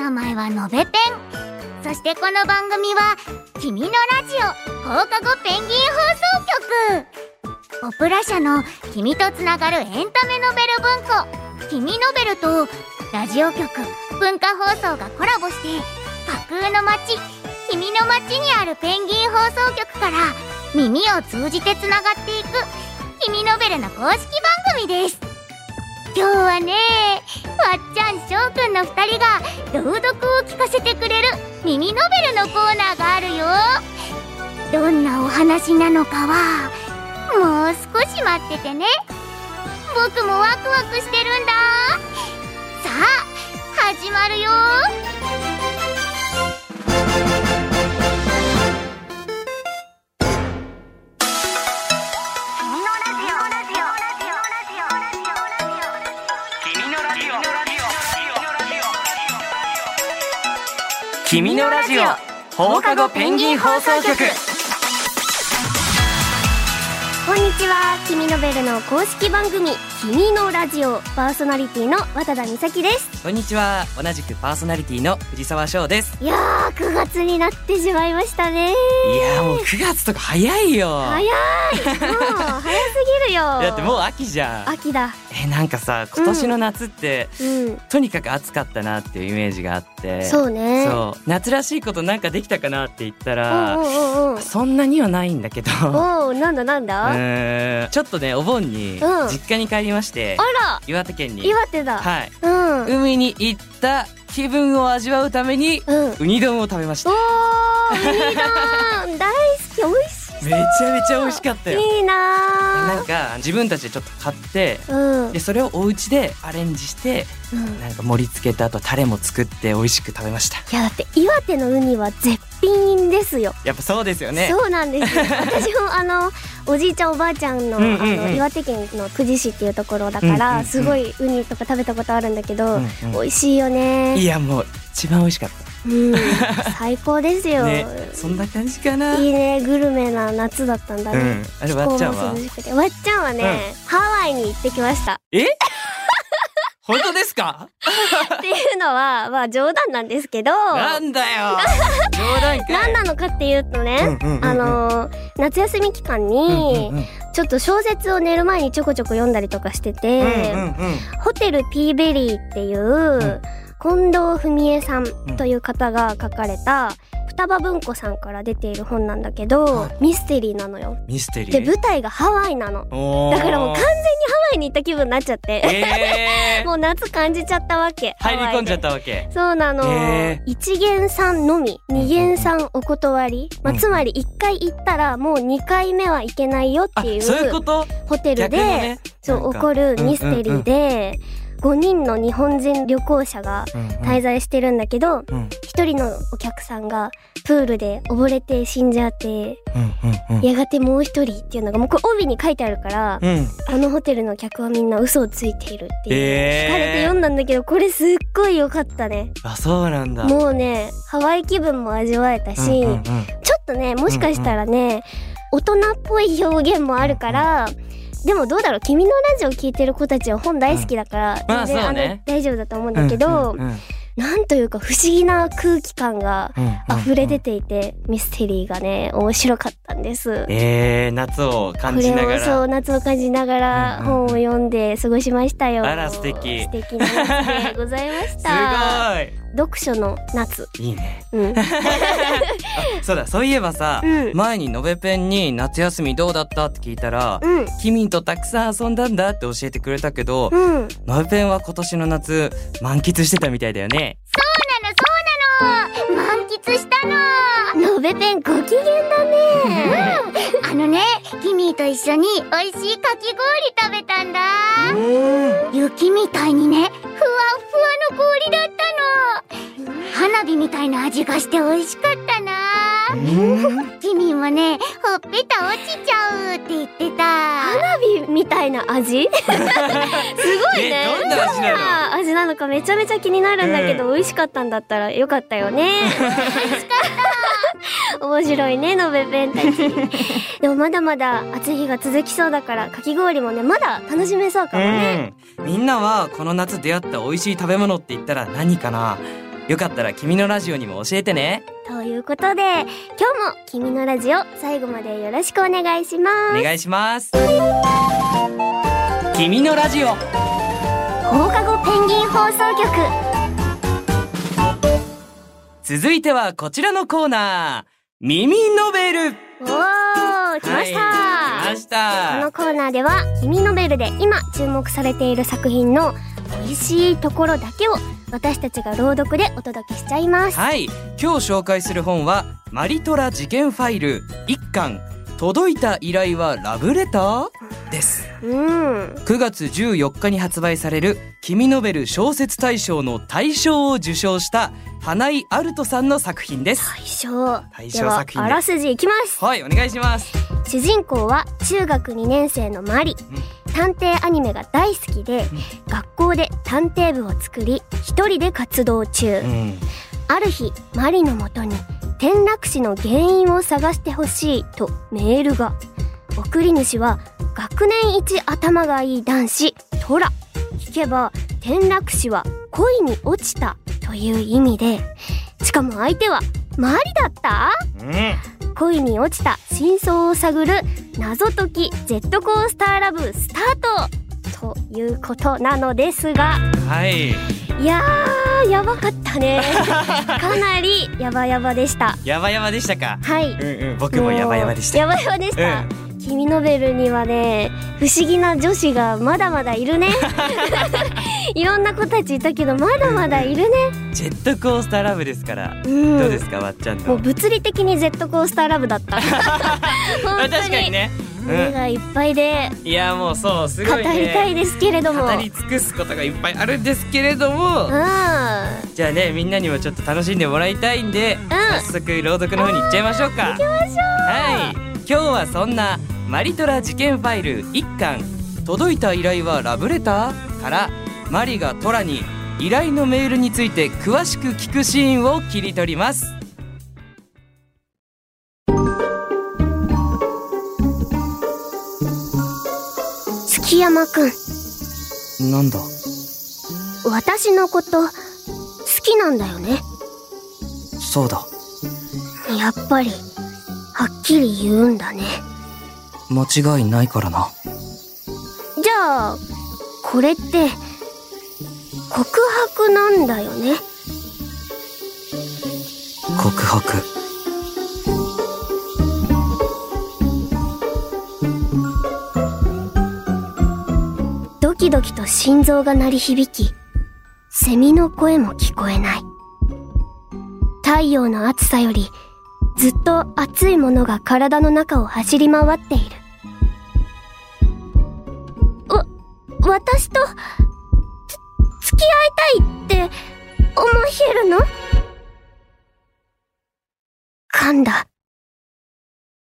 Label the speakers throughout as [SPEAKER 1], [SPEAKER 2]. [SPEAKER 1] 名前はのべペンそしてこの番組は「君のラジオ放課後ペンギン放送局」ポプラ社の「君とつながるエンタメノベル文庫」「君ノベル」とラジオ局文化放送がコラボして架空の街君の街にあるペンギン放送局から耳を通じてつながっていく「君ノベル」の公式番組です今日はねわっちゃんしょうくんの2人が朗読を聞かせてくれる「耳ノベル」のコーナーがあるよどんなお話なのかはもう少し待っててね僕もワクワクしてるんださあ始まるよ
[SPEAKER 2] 君のラジオ放課後ペンギン放送局
[SPEAKER 3] こんにちは君のベルの公式番組君のラジオパーソナリティの渡田美咲です
[SPEAKER 2] こんにちは同じくパーソナリティの藤沢翔です
[SPEAKER 3] いやー9月になってしまいましたね
[SPEAKER 2] いやーもう9月とか早いよ
[SPEAKER 3] 早いもう早すぎるよ
[SPEAKER 2] だってもう秋じゃん
[SPEAKER 3] 秋だ
[SPEAKER 2] えなんかさ今年の夏って、
[SPEAKER 3] うん
[SPEAKER 2] とにかく暑かったなっていうイメージがあって
[SPEAKER 3] そうね
[SPEAKER 2] そう夏らしいことなんかできたかなって言った
[SPEAKER 3] おう
[SPEAKER 2] ら
[SPEAKER 3] おうおう
[SPEAKER 2] そんなにはないんだけど
[SPEAKER 3] おうおうなんだなん
[SPEAKER 2] う
[SPEAKER 3] だ、あ
[SPEAKER 2] ーんちょっとねお盆に
[SPEAKER 3] うん
[SPEAKER 2] 実家に帰りまして、
[SPEAKER 3] ら
[SPEAKER 2] 岩手県に
[SPEAKER 3] 岩手だ、
[SPEAKER 2] はい
[SPEAKER 3] うんうん
[SPEAKER 2] 海に行った気分を味わうために
[SPEAKER 3] うん
[SPEAKER 2] ウニ丼を食べまし
[SPEAKER 3] お
[SPEAKER 2] た
[SPEAKER 3] ーいいなー大好き美味し
[SPEAKER 2] めちゃめちゃ美味しかったよ
[SPEAKER 3] いいいな
[SPEAKER 2] なんか自分たちでちょっと買って
[SPEAKER 3] ーうん、うん
[SPEAKER 2] で、それをお家でアレンジしてなんか盛り付けた後タレも作って美味しく食べました
[SPEAKER 3] いやだって岩手のウニは絶品ですよ
[SPEAKER 2] やっぱそうですよね
[SPEAKER 3] そうなん ですよ私もあのおじいちゃんおばあちゃんの,、
[SPEAKER 2] うんうんうん
[SPEAKER 3] あの岩手県の久慈市っていうところだから、
[SPEAKER 2] うんうんうん
[SPEAKER 3] すごいウニとか食べたことあるんだけど、
[SPEAKER 2] うんうん
[SPEAKER 3] 美味しいよ
[SPEAKER 2] い
[SPEAKER 3] ね、
[SPEAKER 2] やもう一番美味しかっ
[SPEAKER 3] うん、最高です
[SPEAKER 2] た
[SPEAKER 3] よ、
[SPEAKER 2] ねそんな感じかない
[SPEAKER 3] いねグルメな夏だったんだ
[SPEAKER 2] う
[SPEAKER 3] ね
[SPEAKER 2] ん、あれわっちゃんは
[SPEAKER 3] 気候も涼しくてわっちゃんはね、ハワイに行ってきました
[SPEAKER 2] え 本当ですか
[SPEAKER 3] っていうのはまあ冗談なんですけど
[SPEAKER 2] な
[SPEAKER 3] 何
[SPEAKER 2] んだ よ冗談かい
[SPEAKER 3] なのかっていうとね、
[SPEAKER 2] うんうんうんうん
[SPEAKER 3] あの夏休み期間に、
[SPEAKER 2] うんうんうん
[SPEAKER 3] ちょっと小説を寝る前にちょこちょこ読んだりとかしてて、
[SPEAKER 2] うんうんうん
[SPEAKER 3] ホテルピーベリーっていう、近藤文江さんという方が書かれた、双葉文庫さんから出ている本なんだけど、
[SPEAKER 2] は
[SPEAKER 3] ミステリーなのよ。
[SPEAKER 2] ミステリ
[SPEAKER 3] で、
[SPEAKER 2] ー
[SPEAKER 3] 舞台がハワイなの。
[SPEAKER 2] だ
[SPEAKER 3] だからもう完全にハワイに行った気分になっちゃって、
[SPEAKER 2] えー、
[SPEAKER 3] もう夏感じちゃったわけ。
[SPEAKER 2] 入り込んじゃっ
[SPEAKER 3] ハワイで。
[SPEAKER 2] たわけ
[SPEAKER 3] そうなの、
[SPEAKER 2] へー
[SPEAKER 3] 一元さんのみ二元さんお断り、まあ、
[SPEAKER 2] うん
[SPEAKER 3] つまり一回行ったらもう二回目は行けないよっ
[SPEAKER 2] あ
[SPEAKER 3] ていう
[SPEAKER 2] そういうこと
[SPEAKER 3] ホテル
[SPEAKER 2] 逆
[SPEAKER 3] で、
[SPEAKER 2] のね
[SPEAKER 3] そう起こ
[SPEAKER 2] る
[SPEAKER 3] るミステリーで、5人の日本人旅行者が滞在してるんだけど、
[SPEAKER 2] うん
[SPEAKER 3] 一1人のお客さんがプールで溺れて死んじゃって、
[SPEAKER 2] うんうんうん
[SPEAKER 3] やがてもう1人っていうのがもうこれ帯に書いてあるから、
[SPEAKER 2] うん
[SPEAKER 3] このホテルの客はみんな嘘をついているっていう。
[SPEAKER 2] え
[SPEAKER 3] 聞
[SPEAKER 2] ー
[SPEAKER 3] かれて読んだんだけどこれすっごい良かったね
[SPEAKER 2] あそうなんだ
[SPEAKER 3] もうねハワイ気分も味わえたし、
[SPEAKER 2] うんうんうん
[SPEAKER 3] ちょっとねもしかしたらね、大人っぽい表現もあるから、でもどうだろう君のラジオ聞いてる子たちは本大好きだから、
[SPEAKER 2] んまあ
[SPEAKER 3] 全然
[SPEAKER 2] そうね
[SPEAKER 3] の大丈夫だと思うんだけど、
[SPEAKER 2] うんうん
[SPEAKER 3] なんというか不思議な空気感が
[SPEAKER 2] うんうん
[SPEAKER 3] 溢れ出ていて、ミステリーがね面白かったんです。
[SPEAKER 2] えー、夏
[SPEAKER 3] こ
[SPEAKER 2] を感じ
[SPEAKER 3] れ
[SPEAKER 2] なが
[SPEAKER 3] をそ
[SPEAKER 2] ら
[SPEAKER 3] う夏を感じながら
[SPEAKER 2] うんうん
[SPEAKER 3] 本を読んで過ごしましたよ。
[SPEAKER 2] あら素敵
[SPEAKER 3] 素敵な夏でございま した。
[SPEAKER 2] す
[SPEAKER 3] 読書の夏。
[SPEAKER 2] ごいいいね
[SPEAKER 3] うん。
[SPEAKER 2] そうだそういえばさ、
[SPEAKER 3] うん
[SPEAKER 2] 前にのべペンに夏休みどうだったって聞いたら、
[SPEAKER 3] うん。
[SPEAKER 2] 君とたくさん遊んだんだって教えてくれたけど、
[SPEAKER 3] うん。
[SPEAKER 2] のべペンは今年の夏満喫してたみたいだよね
[SPEAKER 1] そうなのそうなの満喫したの
[SPEAKER 3] のべペンご機嫌だね。
[SPEAKER 1] あのねキミーと一緒に美味しいかき氷食べたんだ雪みたいにねふわっふわの氷だったの花火みたいな味がして美味しかったなキミーもねほっぺた落ちちゃうって言ってた
[SPEAKER 3] 花火みたいな味すごいね
[SPEAKER 2] ねどんな味
[SPEAKER 3] ど
[SPEAKER 2] なの
[SPEAKER 3] んな味なのかめちゃめちゃ気になるんだけど、美味しかったんだったらよかったよね美味しかった面白いねのべべんたちでもまだまだ暑い日が続きそうだからかき氷もねまだ楽しめそうかもね、
[SPEAKER 2] うんみんなはこの夏出会った美味しい食べ物って言ったら何かなよかったら君のラジオにも教えてね
[SPEAKER 3] ということで今日も君のラジオ最後までよろしくお願いします
[SPEAKER 2] お願いします君のラジオ
[SPEAKER 3] 放課後ペンギン放送局
[SPEAKER 2] 続いてはこちらのコーナー耳ノベル
[SPEAKER 3] おー来ました、
[SPEAKER 2] はい、来まし
[SPEAKER 3] このコ
[SPEAKER 2] た
[SPEAKER 3] ーナーでは「君ノベル」で今注目されている作品の美味しいところだけを私たちが朗読でお届けしちゃいます
[SPEAKER 2] はい今日紹介する本はマリトラ事件ファイル一巻届いた依頼はラブレターです
[SPEAKER 3] うん
[SPEAKER 2] 9月14日に発売される君ノベル小説大賞の大賞を受賞した花井アルトさんの作品です
[SPEAKER 3] 大賞
[SPEAKER 2] 大
[SPEAKER 3] で
[SPEAKER 2] 賞
[SPEAKER 3] は
[SPEAKER 2] 作品
[SPEAKER 3] あ
[SPEAKER 2] で
[SPEAKER 3] ら
[SPEAKER 2] す
[SPEAKER 3] すじいきます
[SPEAKER 2] はいお願いします
[SPEAKER 3] 主人公は中学2年生のマリ探偵アニメが大好きで学校で探偵部を作り一人で活動中
[SPEAKER 2] うん
[SPEAKER 3] ある日マリのもとに転落死の原因を探してほしいとメールが送り主は学年一頭がいい男子トラ聞けば転落死は恋に落ちたという意味でしかも相手はマリだった
[SPEAKER 2] うん
[SPEAKER 3] 恋に落ちた真相を探る謎解きジェットコースターラブスタートということなのですが
[SPEAKER 2] はい
[SPEAKER 3] いやーやばかったね かなりやばやばでした
[SPEAKER 2] やばやばでしたか
[SPEAKER 3] はい
[SPEAKER 2] うんうん僕もやばやばでし
[SPEAKER 3] や
[SPEAKER 2] た
[SPEAKER 3] ばやばでした、
[SPEAKER 2] うん
[SPEAKER 3] 君ノベルにはね不思議な女子がまだまだい るねいろんな子たちいたけどまだまだいるね
[SPEAKER 2] ジェットコースターラブですから
[SPEAKER 3] うん
[SPEAKER 2] どうですかわっちゃん
[SPEAKER 3] もう
[SPEAKER 2] の
[SPEAKER 3] 物理的にジェットコースターラブだった
[SPEAKER 2] あ
[SPEAKER 3] 本
[SPEAKER 2] 確
[SPEAKER 3] 当
[SPEAKER 2] かに
[SPEAKER 3] に
[SPEAKER 2] ね
[SPEAKER 3] 胸がいっぱいで
[SPEAKER 2] うんいやもうそうす
[SPEAKER 3] 語
[SPEAKER 2] ごい
[SPEAKER 3] りたい
[SPEAKER 2] ね
[SPEAKER 3] ですけれども、
[SPEAKER 2] 語り尽くすことがいっぱいあるんですけれども
[SPEAKER 3] うん
[SPEAKER 2] じゃあねみんなにもちょっと楽しんでもらいたいんで、早速朗読の方に行っちゃいましょうか行きましょうはい今日はそんなマリトラ事件ファイル1巻届いた依頼はラブレターからマリがトラに依頼のメールについて詳しく聞くシーンを切り取ります
[SPEAKER 3] 月山くん
[SPEAKER 2] なんだ
[SPEAKER 3] 私のこと好きなんだよね
[SPEAKER 2] そうだ
[SPEAKER 3] やっぱりはっきり言うんだね
[SPEAKER 2] 間違いないからな
[SPEAKER 3] じゃあこれって告白なんだよね
[SPEAKER 2] 告白
[SPEAKER 3] ドキドキと心臓が鳴り響きセミの声も聞こえない太陽の暑さよりずっと熱いものが体の中を走り回っているわ私とつ付き合いたいって思えるの噛んだ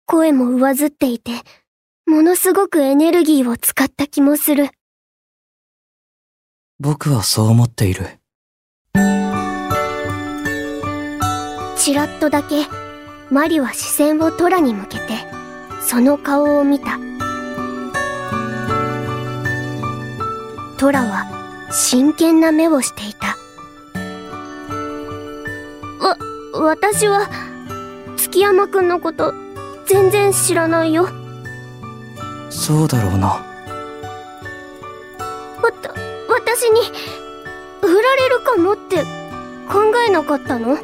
[SPEAKER 3] 声も上ずっていてものすごくエネルギーを使った気もする
[SPEAKER 2] 僕はそう思っている
[SPEAKER 3] ちらっとだけマリは視線をトラに向けてその顔を見たトラは真剣な目をしていたわ私は月山くんのこと全然知らないよわ
[SPEAKER 2] そうだろうな
[SPEAKER 3] た私に振られるかもって考えなかったの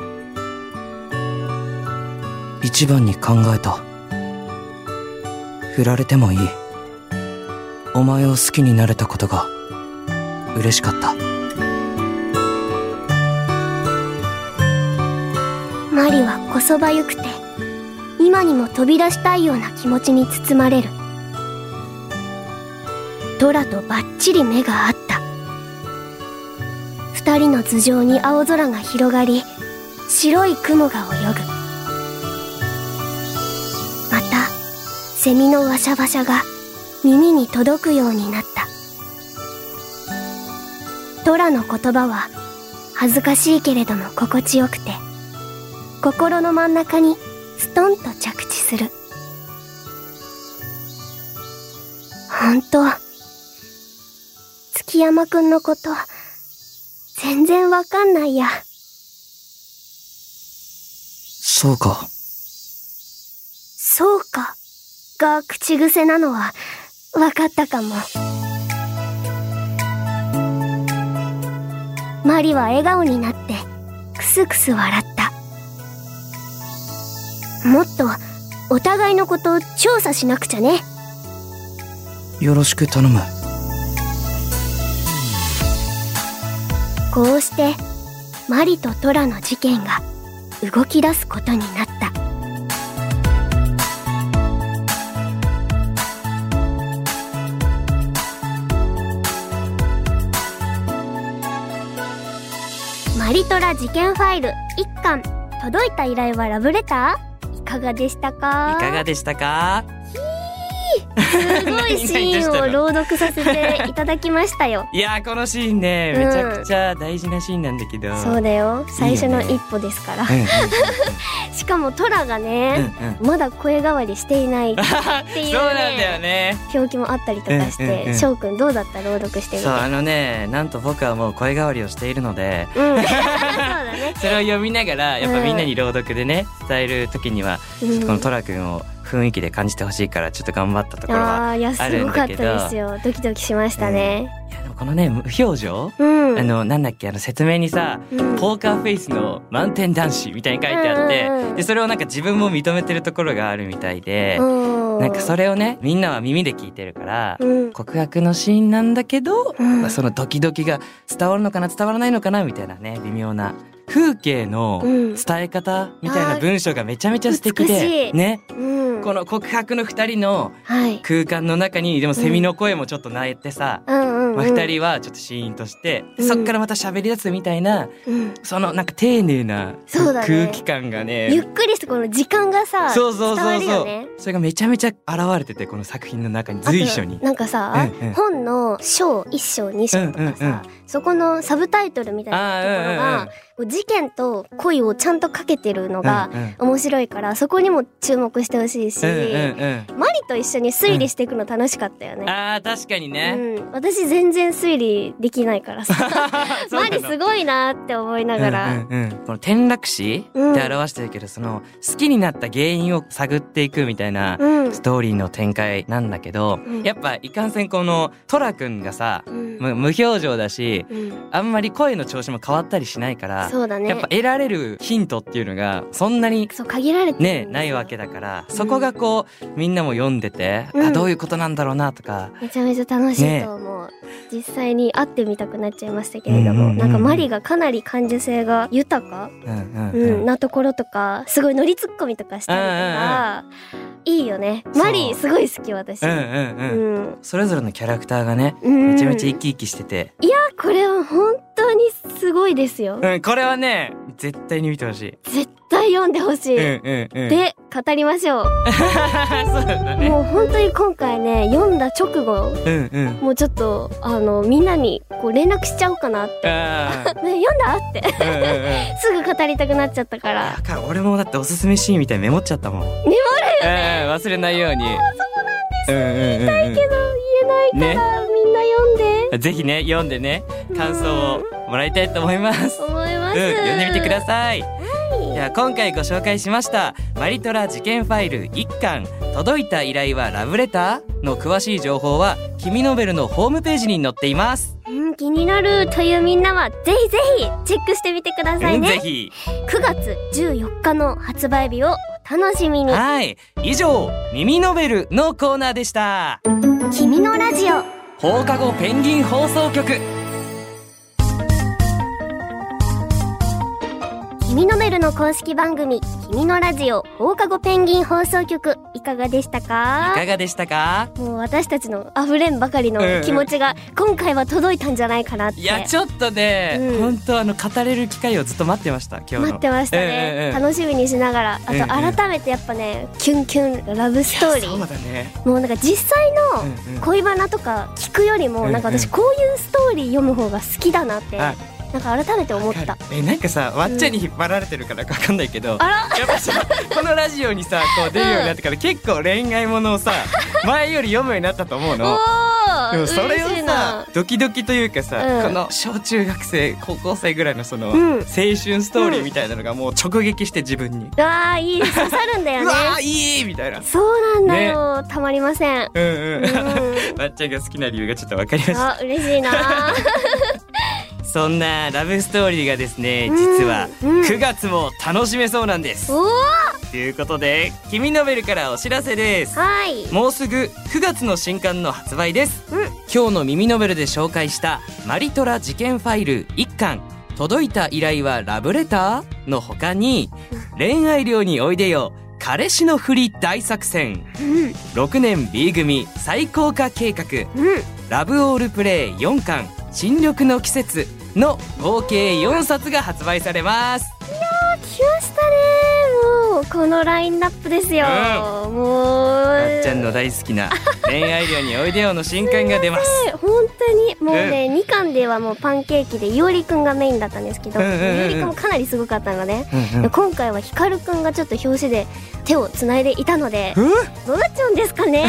[SPEAKER 2] 一番に考えた振られてもいいお前を好きになれたことが嬉しかった
[SPEAKER 3] マリはこそばゆくて今にも飛び出したいような気持ちに包まれるトラとばっちり目が合った二人の頭上に青空が広がり白い雲が泳ぐまたセミのワシャワシャが耳に届くようになったトラの言葉は恥ずかしいけれども心地よくて心の真ん中にストンと着地する。本当月山くんのこと、全然わかんないや。
[SPEAKER 2] そうか
[SPEAKER 4] そうか。が口癖なのは、わかったかも。マリは笑顔になって、くすくす笑った。もっと、お互いのことを調査しなくちゃね。
[SPEAKER 2] よろしく頼む
[SPEAKER 4] こうして、マリとトラの事件が動き出すことになった。マリトラ事件ファイル1巻届いた依頼はラブレターいかがでした
[SPEAKER 2] い
[SPEAKER 4] か
[SPEAKER 2] かがでしたか
[SPEAKER 4] すごいシーンを朗読させていただきましたよ
[SPEAKER 2] いやーこのシーンね
[SPEAKER 4] うん
[SPEAKER 2] めちゃくちゃ大事なシーンなんだけど、
[SPEAKER 4] そうだよ最初の
[SPEAKER 2] いいよね
[SPEAKER 4] 一歩ですから
[SPEAKER 2] うんうん
[SPEAKER 4] しかもトラが
[SPEAKER 2] うん
[SPEAKER 4] ね、
[SPEAKER 2] うん
[SPEAKER 4] まだ声変わりしていないって い
[SPEAKER 2] そううなんだよ
[SPEAKER 4] ね
[SPEAKER 2] ね
[SPEAKER 4] 表記もあったりとかし
[SPEAKER 2] うんうんう
[SPEAKER 4] て
[SPEAKER 2] ん
[SPEAKER 4] 翔くんどうだった朗読してみて
[SPEAKER 2] そうあのねなんと僕はもう声変わりをしているので
[SPEAKER 4] うんそうだね
[SPEAKER 2] それを読みながらやっぱみんなに朗読でね伝える時には
[SPEAKER 4] う
[SPEAKER 2] ちょ っとこの
[SPEAKER 4] ん
[SPEAKER 2] トラ君を雰囲気で感じてほしいからちょっと頑張ったところは
[SPEAKER 4] あーいや
[SPEAKER 2] あ
[SPEAKER 4] す
[SPEAKER 2] る
[SPEAKER 4] ご
[SPEAKER 2] ん
[SPEAKER 4] か
[SPEAKER 2] だ
[SPEAKER 4] った
[SPEAKER 2] けど
[SPEAKER 4] ですよドキドキしましたね
[SPEAKER 2] いやでもこのね無表情、
[SPEAKER 4] うん
[SPEAKER 2] あのなんだっけあの説明にさ
[SPEAKER 4] うん
[SPEAKER 2] ポーカーフェイスの満点男子みたいに書いてあって、
[SPEAKER 4] うんうんうん
[SPEAKER 2] でそれをなんか自分も認めてるところがあるみたいで、
[SPEAKER 4] う
[SPEAKER 2] なんかそれをねみんなは耳で聞いてるから、
[SPEAKER 4] うん
[SPEAKER 2] 告白のシーンなんだけど、
[SPEAKER 4] うん
[SPEAKER 2] まあそのドキドキが伝わるのかな伝わらないのかなみたいなね微妙な風景の
[SPEAKER 4] うん
[SPEAKER 2] 伝え方みたい
[SPEAKER 4] あ
[SPEAKER 2] な
[SPEAKER 4] ー
[SPEAKER 2] 文章がめちゃめちゃ素敵
[SPEAKER 4] 美し
[SPEAKER 2] で、
[SPEAKER 4] い
[SPEAKER 2] ね、
[SPEAKER 4] うん
[SPEAKER 2] この告白の2人の
[SPEAKER 4] はい
[SPEAKER 2] 空間の中にでもセミの声もちょっと鳴いてさ、
[SPEAKER 4] うんうんうん
[SPEAKER 2] まあ、2人はちょっとシーンとして、で
[SPEAKER 4] うん
[SPEAKER 2] そっからまた喋り出すみたいな
[SPEAKER 4] うん
[SPEAKER 2] そのなんか丁寧な
[SPEAKER 4] そうだね
[SPEAKER 2] 空気感がね
[SPEAKER 4] ゆっくりしてこの時間がさ
[SPEAKER 2] そうそう
[SPEAKER 4] 伝わ
[SPEAKER 2] そう
[SPEAKER 4] る
[SPEAKER 2] そ
[SPEAKER 4] よ
[SPEAKER 2] う、
[SPEAKER 4] ね
[SPEAKER 2] それがめちゃめちゃ現れててこの作品の中に随所
[SPEAKER 4] あ
[SPEAKER 2] に
[SPEAKER 4] と。なんかさ、
[SPEAKER 2] うんうん
[SPEAKER 4] 本の章1章2章とかさ、
[SPEAKER 2] うんうんうん
[SPEAKER 4] そこのサブタイトルみたいなところが、
[SPEAKER 2] あ
[SPEAKER 4] こう事件と恋をちゃんとかけてるのが
[SPEAKER 2] うんうん
[SPEAKER 4] 面白いから、そこにも注目してほしい
[SPEAKER 2] う
[SPEAKER 4] し、
[SPEAKER 2] んうん
[SPEAKER 4] マリと一緒に推理していくの楽しかったよ
[SPEAKER 2] う
[SPEAKER 4] ね
[SPEAKER 2] ん、。あー確かに
[SPEAKER 4] う
[SPEAKER 2] ね、
[SPEAKER 4] ん、私全然推理できないからさ
[SPEAKER 2] そう
[SPEAKER 4] マ
[SPEAKER 2] なの
[SPEAKER 4] リすごいなって思いながら、
[SPEAKER 2] うんうんうんこの転落死って
[SPEAKER 4] うん
[SPEAKER 2] 表してるけど、その好きになった原因を探っていくみたいな
[SPEAKER 4] うん
[SPEAKER 2] ストーリーの展開なんだけど、
[SPEAKER 4] うん
[SPEAKER 2] やっぱいかんせんこのトラくんがさ、
[SPEAKER 4] うん
[SPEAKER 2] む無表情だし
[SPEAKER 4] うん
[SPEAKER 2] あんまり声の調子も変わったりしないから、
[SPEAKER 4] そうだね
[SPEAKER 2] やっぱ得られるヒントっていうのがそんなに
[SPEAKER 4] そう限られてるんです
[SPEAKER 2] ね
[SPEAKER 4] よ
[SPEAKER 2] ないわけだから、そこがこうみんなも読んでて、
[SPEAKER 4] うん
[SPEAKER 2] あどういうことなんだろうなとか、
[SPEAKER 4] めちゃめちゃ楽しいと思う、実際に会ってみたくなっちゃいましたけれ
[SPEAKER 2] う
[SPEAKER 4] ども、
[SPEAKER 2] んうんうんうん
[SPEAKER 4] なんかマリがかなり感受性が豊か、
[SPEAKER 2] うんうん
[SPEAKER 4] う
[SPEAKER 2] うん
[SPEAKER 4] ん、なところとかすごい乗りツッコミとかしたりとか、いいよね
[SPEAKER 2] そう
[SPEAKER 4] マリすごい好き私
[SPEAKER 2] うんうんうん
[SPEAKER 4] うん
[SPEAKER 2] それぞれのキャラクターがね
[SPEAKER 4] うん
[SPEAKER 2] めちゃめちゃ生き生きしてて、
[SPEAKER 4] これは本当にすごいですよ、
[SPEAKER 2] うん、これはね絶対に見てほしい。
[SPEAKER 4] 絶対読んでほし
[SPEAKER 2] うん
[SPEAKER 4] い、
[SPEAKER 2] うんうん、
[SPEAKER 4] で語りましょう、
[SPEAKER 2] そうだね。
[SPEAKER 4] もう本当に今回ね読んだ直後
[SPEAKER 2] うんうん。
[SPEAKER 4] もうちょっとあのみんなにこう連絡しちゃおうかなって、
[SPEAKER 2] ああ。
[SPEAKER 4] ね、読んだって
[SPEAKER 2] うんうんうん。い
[SPEAKER 4] すぐ語りたくなっちゃったから
[SPEAKER 2] やか俺もだっておすすめシーンみたいにメモっちゃったもん。メモるよ、ね。うん忘れないように。そうなんです。うんうんうん、うん。
[SPEAKER 4] けど言えないから、みんな読んで
[SPEAKER 2] ぜひね読んでね感想をもらいたいと思います。
[SPEAKER 4] 思い
[SPEAKER 2] う
[SPEAKER 4] ま
[SPEAKER 2] ん
[SPEAKER 4] す、
[SPEAKER 2] 読んでみてくだ
[SPEAKER 4] さ
[SPEAKER 2] さい。では今回ご紹介しましたマリトラ事件ファイル1巻届いた依頼はラブレターの詳しい情報は君ノベルのホームページに載っています。
[SPEAKER 4] い、うん、気になるというみんなはぜひぜひチェックしてみてください
[SPEAKER 2] うんぜ
[SPEAKER 4] ね
[SPEAKER 2] ひ。
[SPEAKER 4] 9月14日の発売日をお楽しみに
[SPEAKER 2] はい。以上、耳ノベルのコーナーでした。
[SPEAKER 4] 君のラジオ
[SPEAKER 2] 放課後ペンギン放送局。
[SPEAKER 4] 君のベルの公式番組君のラジオ放課後ペンギン放送局いかがでした
[SPEAKER 2] い
[SPEAKER 4] か
[SPEAKER 2] かがでしたか
[SPEAKER 4] もう私たちの溢れんばかりの気持ちが今回は届いたんじゃないかなって
[SPEAKER 2] いや、ちょっとね、
[SPEAKER 4] うん
[SPEAKER 2] 本当あの、語れる機会をずっと待ってました、今日の。
[SPEAKER 4] 待ってましたね、
[SPEAKER 2] うんうんうん
[SPEAKER 4] 楽しみにしながらあ
[SPEAKER 2] うんうん
[SPEAKER 4] と改めてやっぱね、キュンキュンラブストーリー
[SPEAKER 2] いやそうだね。
[SPEAKER 4] もうなんか実際
[SPEAKER 2] う
[SPEAKER 4] の
[SPEAKER 2] んうん
[SPEAKER 4] 恋バナとか聞くより
[SPEAKER 2] うんう
[SPEAKER 4] も
[SPEAKER 2] ん
[SPEAKER 4] なんか私こういうストーリー読む方が好きだなってな
[SPEAKER 2] は
[SPEAKER 4] ん
[SPEAKER 2] い
[SPEAKER 4] か改めて思っ
[SPEAKER 2] わ
[SPEAKER 4] た
[SPEAKER 2] かるえなんかさわっちゃんに引っ張られてるからかわかんないけど、
[SPEAKER 4] あら
[SPEAKER 2] やっぱさこのラジオに さこう出るようになってから結構恋愛ものをさ前より読むようになったと思うの。
[SPEAKER 4] おだ
[SPEAKER 2] でもそれを
[SPEAKER 4] 嬉しい
[SPEAKER 2] さ
[SPEAKER 4] な
[SPEAKER 2] ドキドキというかさ、
[SPEAKER 4] うん
[SPEAKER 2] この小中学生高校生ぐらいのその、
[SPEAKER 4] うん
[SPEAKER 2] 青春ストーリーみたいなのがもう直撃して自分に、
[SPEAKER 4] うわーいい刺さるんだ
[SPEAKER 2] う
[SPEAKER 4] よね
[SPEAKER 2] わーいいみたいな
[SPEAKER 4] そうなんだよ、たまりません
[SPEAKER 2] うん
[SPEAKER 4] う
[SPEAKER 2] うんん まっちゃんが好きな理由がちょっとわかりました
[SPEAKER 4] あ嬉し いな
[SPEAKER 2] そんなラブストーリーがですね実は
[SPEAKER 4] うんうん
[SPEAKER 2] 9月も楽しめそうなんです、
[SPEAKER 4] おお
[SPEAKER 2] ということで「君ノベル」からお知らせです
[SPEAKER 4] はい
[SPEAKER 2] もうすぐ9月の新刊の発売です、
[SPEAKER 4] うん
[SPEAKER 2] 今日の「耳ノベル」で紹介した「マリトラ事件ファイル1巻届いた依頼はラブレター?」の他に「恋愛寮においでよ彼氏のふり大作戦」
[SPEAKER 4] うん
[SPEAKER 2] 6年 B 組最高化計画
[SPEAKER 4] うん
[SPEAKER 2] ラブオールプレイ4巻「新緑の季節」の合計4冊が発売されます
[SPEAKER 4] 来ましたねもうこのラインナップですよ、もう
[SPEAKER 2] あっちゃんの大好きな「恋愛寮においでよ」の新刊が出ます
[SPEAKER 4] ね本当にもうね、二2巻ではもうパンケーキでいおりくんがメインだったんですけど、
[SPEAKER 2] うんうんうんうん
[SPEAKER 4] いおりくんもかなりすごかったのね、
[SPEAKER 2] うんうん
[SPEAKER 4] で今回はひかるくんがちょっと表紙で手をつないでいたので、
[SPEAKER 2] うん
[SPEAKER 4] どうなっちゃうんです かね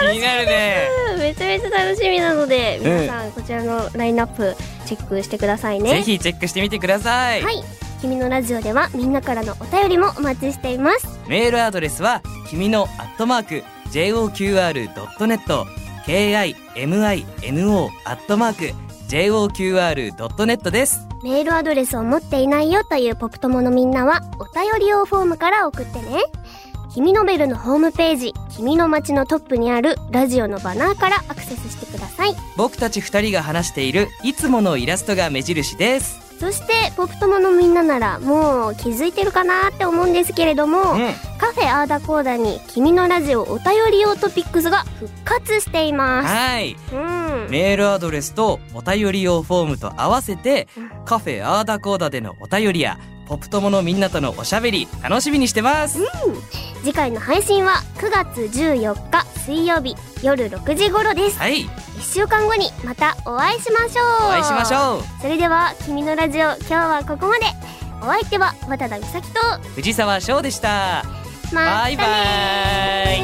[SPEAKER 2] 気になるね
[SPEAKER 4] うんめちゃめちゃ楽しみなので皆さんこちらのラインナップチェックしてくださいね
[SPEAKER 2] ぜひチェックしてみてください、
[SPEAKER 4] はい君のラジオではみんなからのお便りもお待ちしています
[SPEAKER 2] メールアドレスは君のアットマーク JOQR.net KIMINO アットマーク JOQR.net です
[SPEAKER 4] メールアドレスを持っていないよというポップ友のみんなはお便り用フォームから送ってね。君のベルのホームページ、君の街のトップにあるラジオのバナーからアクセスしてください。
[SPEAKER 2] 僕たち二人が話しているいつものイラストが目印です
[SPEAKER 4] そして、ポップ友のみんなならもう気づいてるかなって思うんですけれども、
[SPEAKER 2] うん
[SPEAKER 4] カフェアーダコーダに君のラジオお便り用トピックスが復活しています。
[SPEAKER 2] はい
[SPEAKER 4] うん。
[SPEAKER 2] メールアドレスとお便り用フォームと合わせて
[SPEAKER 4] うん
[SPEAKER 2] カフェアーダコーダでのお便りやポップ友のみんなとのおしゃべり楽しみにしてます
[SPEAKER 4] 次回の配信は9月14日水曜日夜6時頃です。
[SPEAKER 2] はい
[SPEAKER 4] 一週間後にまたお会いしましょう
[SPEAKER 2] お会いしまし
[SPEAKER 4] う
[SPEAKER 2] ょう
[SPEAKER 4] それでは「君のラジオ」今日はここまでお相手は渡田美咲と
[SPEAKER 2] 藤沢翔でした
[SPEAKER 4] ま
[SPEAKER 2] バ
[SPEAKER 4] た
[SPEAKER 2] イ
[SPEAKER 4] ね
[SPEAKER 2] バイ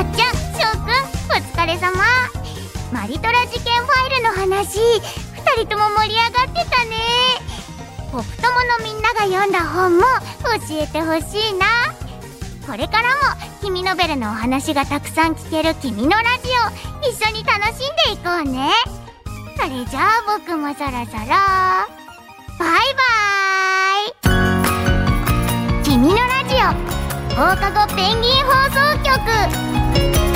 [SPEAKER 3] あっちゃん翔くんお疲れ様マリトラ事件ファイルの話二人とも盛り上がってたねポップ友のみんなが読んだ本も教えてほしいなこれからも君のベルのお話がたくさん聞ける君のラジオ一緒に楽しんでいこうねそれじゃあ僕もそろそろバイバーイ君のラジオ放課後ペンギン放送局